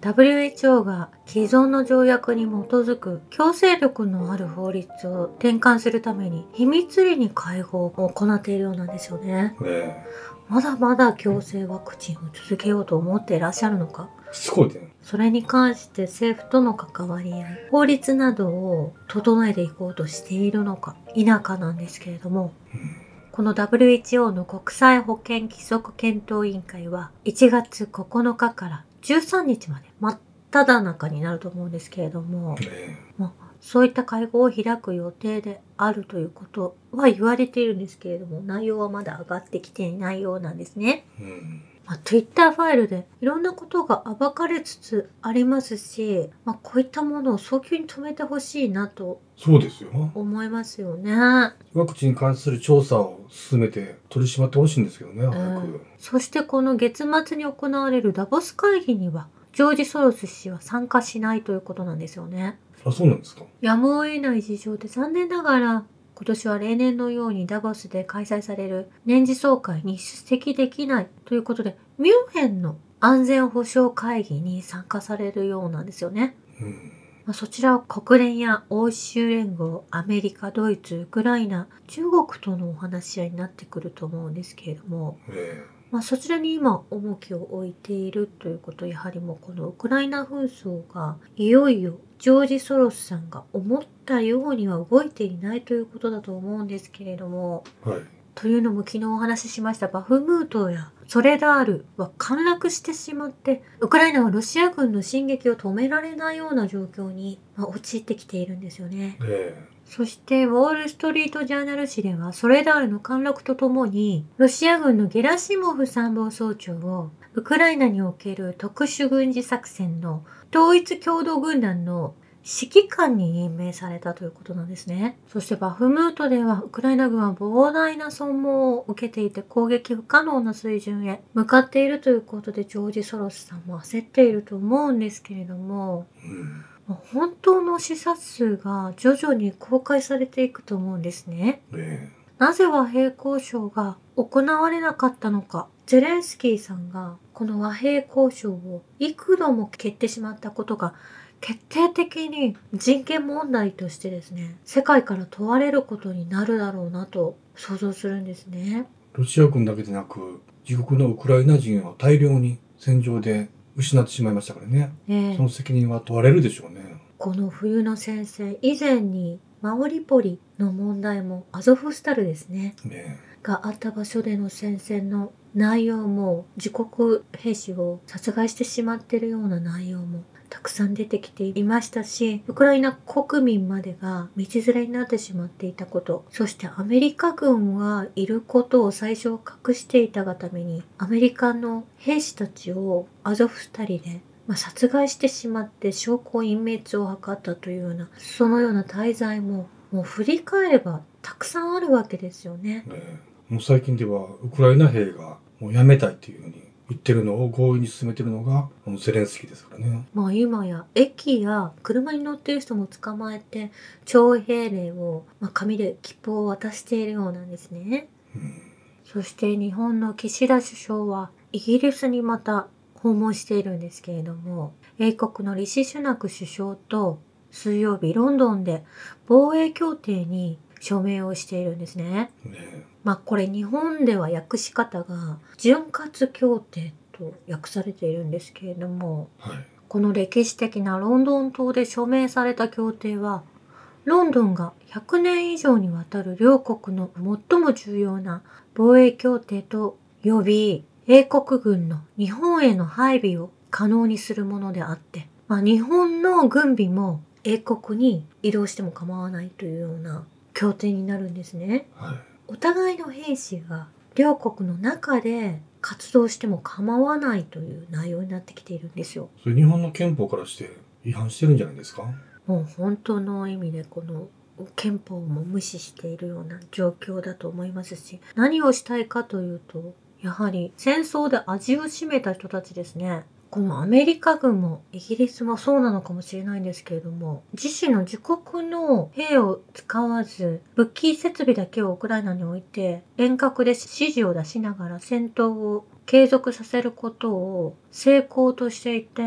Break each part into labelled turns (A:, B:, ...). A: WHO が既存の条約に基づく強制力のある法律を転換するために秘密裏に会合を行っているようなんですよね。
B: ね
A: まだまだ強制ワクチンを続けようと思っていらっしゃるのか
B: え。すごいね。
A: それに関して政府との関わり合い、法律などを整えていこうとしているのか否かなんですけれども、この WHO の国際保健規則検討委員会は1月9日から13日まで真っ只中になると思うんですけれども、
B: ねえ
A: そういった会合を開く予定であるということは言われているんですけれども、内容はまだ上がってきていないようなんですね。
B: うん。
A: まあ、Twitter ファイルでいろんなことが暴かれつつありますし、まあ、こういったものを早急に止めてほしいなと
B: そうですよ。
A: 思いますよね。
B: ワクチンに関する調査を進めて取り締まってほしいんですけどね、早
A: うん
B: く。
A: そしてこの月末に行われるダボス会議にはジョージ・ソロス氏は参加しないということなんですよね。
B: あ、そうなんですか。
A: やむを得ない事情で残念ながら今年は例年のようにダボスで開催される年次総会に出席できないということでミュンヘンの安全保障会議に参加されるようなんですよね。
B: うん。
A: まあ、そちらは国連や欧州連合、アメリカ、ドイツ、ウクライナ、中国とのお話し合いになってくると思うんですけれども、
B: ねえ
A: まあ、そちらに今重きを置いているということ、やはりもうこのウクライナ紛争がいよいよジョージ・ソロスさんが思ったようには動いていないということだと思うんですけれども、
B: はい。
A: というのも昨日お話ししましたバフムートやソレダールは陥落してしまってウクライナはロシア軍の進撃を止められないような状況にまあ陥ってきているんですよね
B: ねえ
A: そしてウォール・ストリート・ジャーナル誌ではソレダールの陥落とともにロシア軍のゲラシモフ参謀総長をウクライナにおける特殊軍事作戦の統一共同軍団の指揮官に任命されたということなんですね。そしてバフムートではウクライナ軍は膨大な損耗を受けていて攻撃不可能な水準へ向かっているということでジョージ・ソロスさんも焦っていると思うんですけれども
B: うん。
A: まあ本当の死者数が徐々に公開されていくと思うんですね。
B: ね
A: なぜ和平交渉が行われなかったのか。ゼレンスキーさんがこの和平交渉を幾度も蹴ってしまったことが決定的に人権問題としてですね、世界から問われることになるだろうなと想像するんですね。
B: えロシア軍だけでなく、自国のウクライナ人は大量に戦場で失ってしまいましたからね。
A: ねえ
B: その責任は問われるでしょうね。
A: この冬の戦線以前にマオリポリの問題もアゾフスタルですね。
B: ね
A: があった場所での戦線の内容も自国兵士を殺害してしまっているような内容もたくさん出てきていましたしウクライナ国民までが道連れになってしまっていたことそしてアメリカ軍がいることを最初隠していたがためにアメリカの兵士たちをアゾフスタリでまあ、殺害してしまって証拠隠滅を図ったというようなそのような滞在ももう振り返ればたくさんあるわけですよね
B: え。ねえもう最近では、ウクライナ兵がもうやめたいっていうふうに言ってるのを強引に進めてるのが、あのゼレンスキーですからね。
A: まあ今や駅や車に乗ってる人も捕まえて徴兵令を、まあ、紙で切符を渡しているようなんですね。
B: うん。
A: そして日本の岸田首相はイギリスにまた訪問しているんですけれども英国のリシ・シュナク首相と水曜日ロンドンで防衛協定に署名をしているんですね。
B: ねえ
A: まあこれ日本では訳し方が潤滑協定と訳されているんですけれども
B: はい。
A: この歴史的なロンドン島で署名された協定はロンドンが100年以上にわたる両国の最も重要な防衛協定と呼び英国軍の日本への配備を可能にするものであって、まあ、日本の軍備も英国に移動しても構わないというような協定になるんですね。
B: はい。
A: お互いの兵士が両国の中で活動しても構わないという内容になってきているんですよ。
B: それ日本の憲法からして違反してるんじゃないですか
A: もう本当の意味でこの憲法も無視しているような状況だと思いますし何をしたいかというとやはり戦争で味を占めた人たちですねこのアメリカ軍もイギリスもそうなのかもしれないんですけれども自身の自国の兵を使わず武器設備だけをウクライナに置いて遠隔で指示を出しながら戦闘を継続させることを成功としていて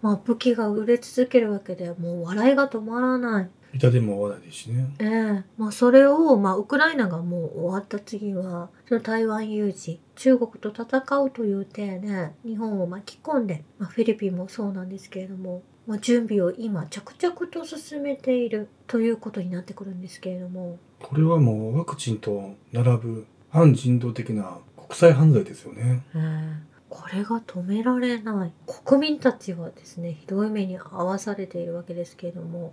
A: まあ、武器が売れ続けるわけでもう笑いが止まらない。
B: 痛手も負わないですしね。
A: ええまあ、それを、まあ、ウクライナがもう終わった次は、その台湾有事、中国と戦うという体で、日本を巻き込んで、まあ、フィリピンもそうなんですけれども、まあ、準備を今、着々と進めているということになってくるんですけれども、
B: これはもうワクチンと並ぶ反人道的な国際犯罪ですよね。
A: ええこれが止められない。国民たちはですね、ひどい目に遭わされているわけですけれども、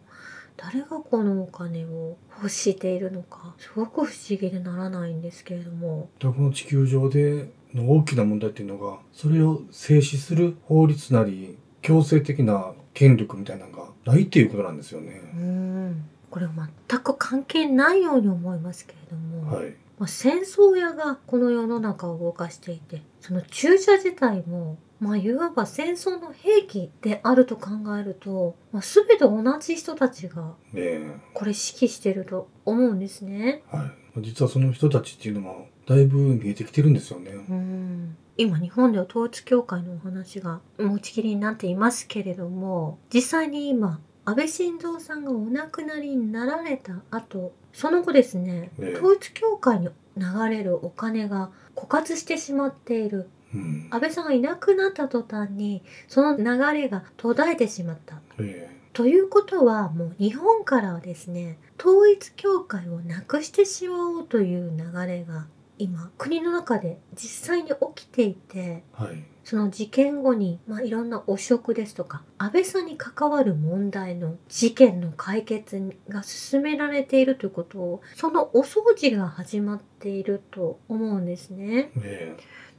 A: 誰がこのお金を欲しているのか、すごく不思議でならないんですけれども、
B: だからこの地球上での大きな問題っていうのが、それを制止する法律なり、強制的な権力みたいなのがないっていうことなんですよね。
A: うんこれは全く関係ないように思いますけれども、
B: はい。
A: まあ、戦争屋がこの世の中を動かしていてその注射自体も、まあ、いわば戦争の兵器であると考えると、まあ、全て同じ人たちが
B: ねえ。
A: これ指揮してると思うんですね。
B: はい。実はその人たちっていうのも、だいぶ見えてきてるんですよね。
A: うん今日本では統一教会のお話が持ちきりになっていますけれども実際に今安倍晋三さんがお亡くなりになられた後その後ですね
B: ええ
A: 統一教会に流れるお金が枯渇してしまっている
B: うん。
A: 安倍さんがいなくなった途端にその流れが途絶えてしまった
B: ええ。
A: ということはもう日本からはですね統一教会をなくしてしまおうという流れが今国の中で実際に起きていて
B: はい。
A: その事件後に、まあ、いろんな汚職ですとか安倍さんに関わる問題の事件の解決が進められているということをそのお掃除が始まっていると思うんですね。
B: え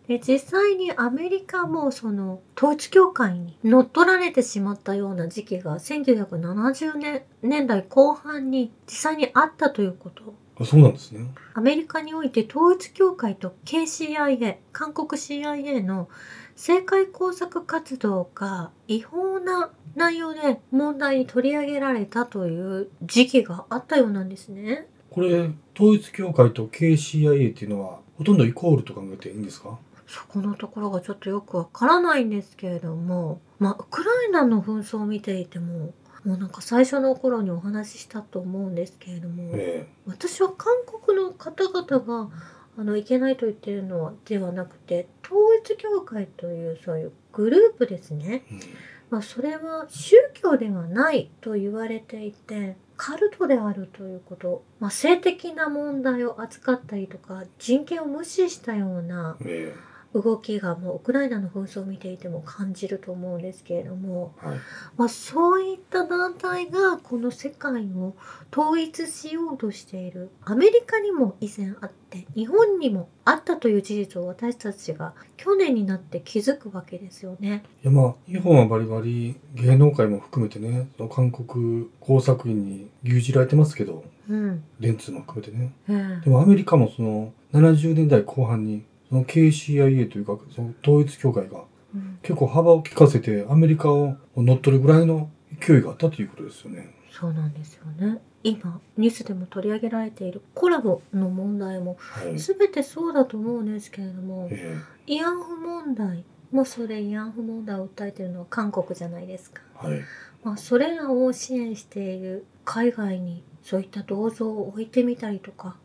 A: で実際にアメリカもその統一教会に乗っ取られてしまったような時期が1970年年代後半に実際にあったということ
B: え。あ、そうなんですね。
A: アメリカにおいて統一教会と KCIA 韓国 CIA の政界工作活動が違法な内容で問題に取り上げられたという時期があったようなんですね。
B: これ、統一教会と KCIA っていうのは、ほとんどイコールと考えていいんですか
A: そこのところがちょっとよくわからないんですけれども、まあ、ウクライナの紛争を見ていても、もうなんか最初の頃にお話ししたと思うんですけれども、
B: え
A: 私は韓国の方々が、あの、いけないと言ってるのはではなくて、統一教会というそういうグループですね。
B: え。うん
A: まあ、それは宗教ではないと言われていて、カルトであるということ、まあ、性的な問題を扱ったりとか、人権を無視したような
B: え
A: 動きがもうウクライナの紛争を見ていても感じると思うんですけれども、
B: え。はい。
A: まあ、そういった団体がこの世界を統一しようとしているアメリカにも以前あって日本にもあったという事実を私たちが去年になって気づくわけですよね。
B: いやまあ、日本はバリバリ芸能界も含めてね、その韓国工作員に牛耳られてますけど、
A: うん、
B: レンツも含めてね。
A: うん
B: でもアメリカもその70年代後半に、その KCIA というか、その統一教会が
A: うん
B: 結構幅を利かせてアメリカを乗っ取るぐらいの勢いがあったということですよね。
A: そうなんですよね今ニュースでも取り上げられているコラボの問題も
B: はい。
A: 全てそうだと思うんですけれども、
B: え
A: 慰安婦問題もそれ慰安婦問題を訴えてるのは韓国じゃないですか、
B: えはい。
A: まあ、それらを支援している海外にそういった銅像を置いてみたりとか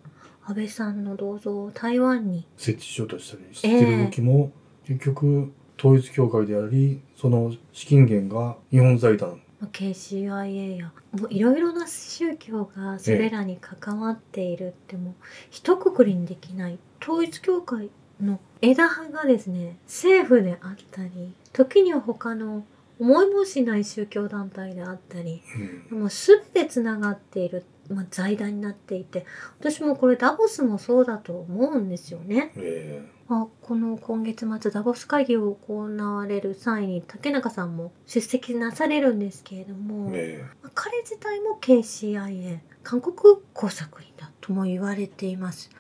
A: 安倍さんの銅像を台湾に
B: 設置しようとしたりしてる動きも、結局、統一教会であり、その資金源が日本財団。
A: まあ KCIA やもういろいろな宗教がそれらに関わっているってもう一括りにできない統一教会の枝葉がですね政府であったり時には他の思いもしない宗教団体であったり
B: うん
A: もう全てつながっている、まあ、財団になっていて私もこれダボスもそうだと思うんですよね。
B: え
A: まあ、この今月末ダボス会議を行われる際に竹中さんも出席なされるんですけれど
B: え
A: も、
B: え
A: まあ彼自体も KCIA 韓国工作員だとも言われています。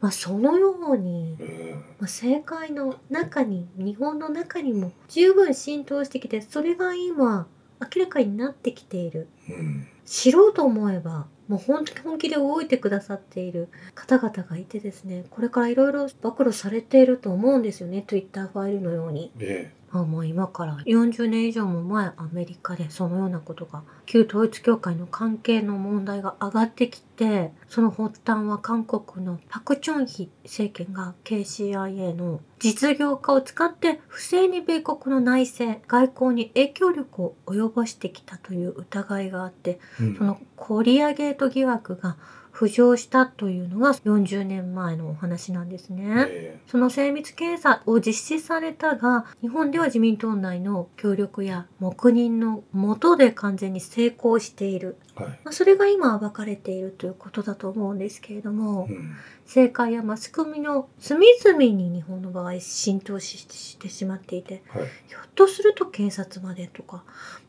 A: まあ、そのように
B: ええ
A: まあ政界の中に日本の中にも十分浸透してきてそれが今明らかになってきている
B: えうん。
A: 知ろうと思えばもう本当に本気で動いてくださっている方々がいてですねこれからいろいろ暴露されていると思うんですよね Twitter ファイルのように
B: え
A: まあもう今から40年以上も前アメリカでそのようなことが旧統一教会の関係の問題が上がってきてその発端は韓国のパク・チョンヒ政権が KCIA の実業家を使って不正に米国の内政外交に影響力を及ぼしてきたという疑いがあって
B: うん
A: そのコリアゲート疑惑が浮上したというのが40年前のお話なんですね。
B: え
A: その精密検査を実施されたが、日本では自民党内の協力や黙認の下で完全に成功している。
B: えはい。
A: まあ、それが今暴かれているということだと思うんですけれども
B: う、ん
A: 政界やマスコミの隅々に日本の場合浸透ししてしまっていて、
B: はい。
A: ひょっとすると警察までとか、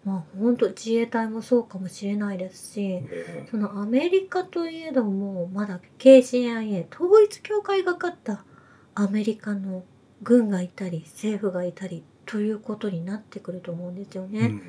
A: まあ本当自衛隊もそうかもしれないですし、
B: え
A: そのアメリカといえどもまだ KCIA 統一教会が勝ったアメリカの軍がいたり政府がいたりということになってくると思うんですよね。
B: えうん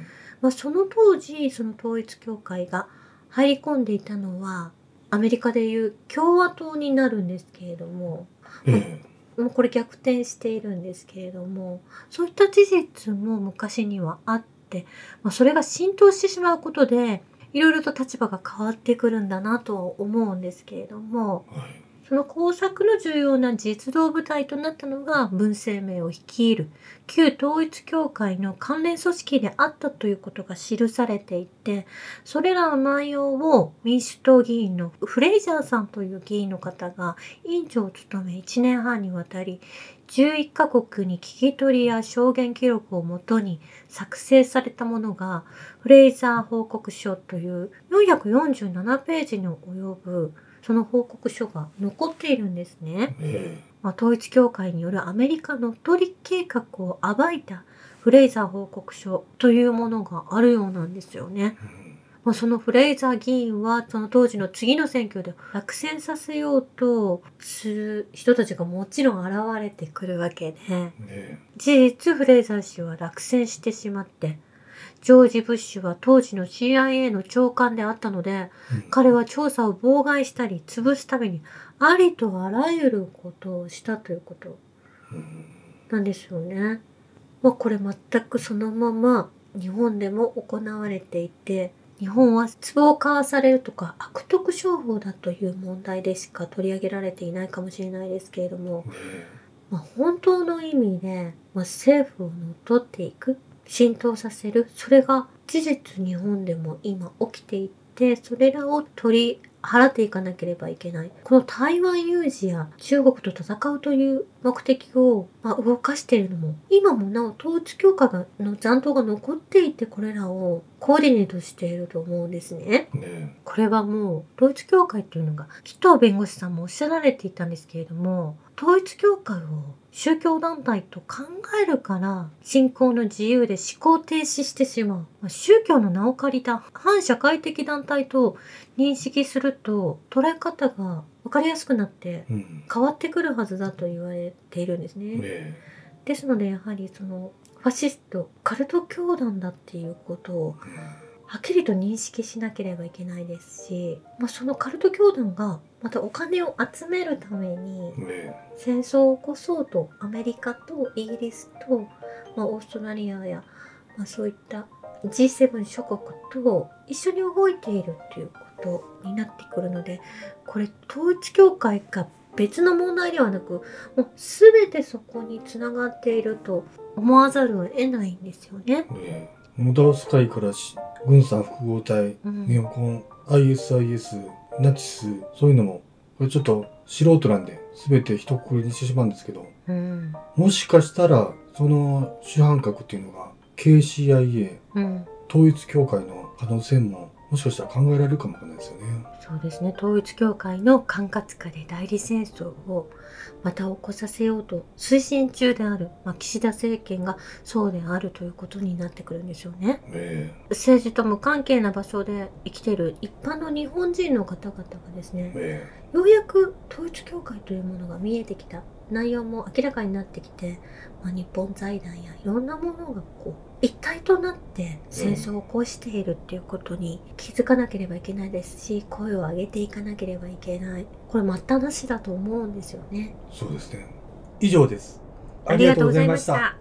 A: まあ、その当時その統一教会が入り込んでいたのはアメリカでいう共和党になるんですけれども
B: え
A: もうこれ逆転しているんですけれどもそういった事実も昔にはあって、まあ、それが浸透してしまうことでいろいろと立場が変わってくるんだなとは思うんですけれども
B: えはい。
A: その工作の重要な実動部隊となったのが文政明を率いる旧統一教会の関連組織であったということが記されていてそれらの内容を民主党議員のフレイジャーさんという議員の方が委員長を務め1年半にわたり11カ国に聞き取りや証言記録をもとに作成されたものがフレイザー報告書という447ページに及ぶその報告書が残っているんですね。
B: え
A: まあ、統一教会によるアメリカの取り計画を暴いたフレイザー報告書というものがあるようなんですよね。
B: えうん
A: まあ、そのフレイザー議員はその当時の次の選挙で落選させようとする人たちがもちろん現れてくるわけで
B: え
A: 事実フレイザー氏は落選してしまってジョージ・ブッシュは当時の CIA の長官であったので
B: えうん
A: 彼は調査を妨害したり潰すためにありとあらゆることをしたということ
B: うん
A: なんですよね。まあ、これ全くそのまま日本でも行われていて、日本は壺を交わされるとか悪徳商法だという問題でしか取り上げられていないかもしれないですけれども、
B: え
A: まあ、本当の意味で、まあ、政府を乗っ取っていく、浸透させる、それが事実日本でも今起きていて、それらを取り払っていかなければいけない。この台湾有事や中国と戦うという目的を、まあ、動かしているのも、今もなお統一教会がの残党が残っていて、これらをコーディネートしていると思うんですね。
B: ええ
A: これはもう統一教会というのが紀藤弁護士さんもおっしゃられていたんですけれども統一教会を宗教団体と考えるから信仰の自由で思考停止してしまうまあ宗教の名を借りた反社会的団体と認識すると捉え方が分かりやすくなって
B: うん
A: 変わってくるはずだと言われているんですね。
B: え
A: ですのでやはりそのファシストカルト教団だっていうことを
B: え
A: はっきりと認識しなければいけないですし、まあ、そのカルト教団がまたお金を集めるために
B: うんえ
A: 戦争を起こそうとアメリカとイギリスと、まあ、オーストラリアや、まあ、そういった G7 諸国と一緒に動いているっていうことになってくるのでこれ統一教会が別の問題ではなくもう全てそこにつながっていると思わざるを得ないんですよね。
B: えええモダウス会からし軍産複合体
A: うん
B: ネオコン、ISIS、ナチス、そういうのも、これちょっと素人なんで、すべて一括りにしてしまうんですけど、
A: うん
B: もしかしたら、その主犯格っていうのが、KCIA、
A: うん
B: 統一教会の可能性も、もしかしたら考えられるかもわかんないですよね。
A: そうですね統一教会の管轄下で代理戦争をまた起こさせようと推進中である、まあ、岸田政権がそうであるということになってくるんですよね
B: え
A: 政治と無関係な場所で生きてる一般の日本人の方々がですね
B: え
A: ようやく統一教会というものが見えてきた内容も明らかになってきて、まあ、日本財団やいろんなものがこう一体となって戦争を起こしているっていうことに気づかなければいけないですし声を上げていかなければいけないこれ待ったなしだと思うんですよね
B: そうですね。以上です。
A: ありがとうございました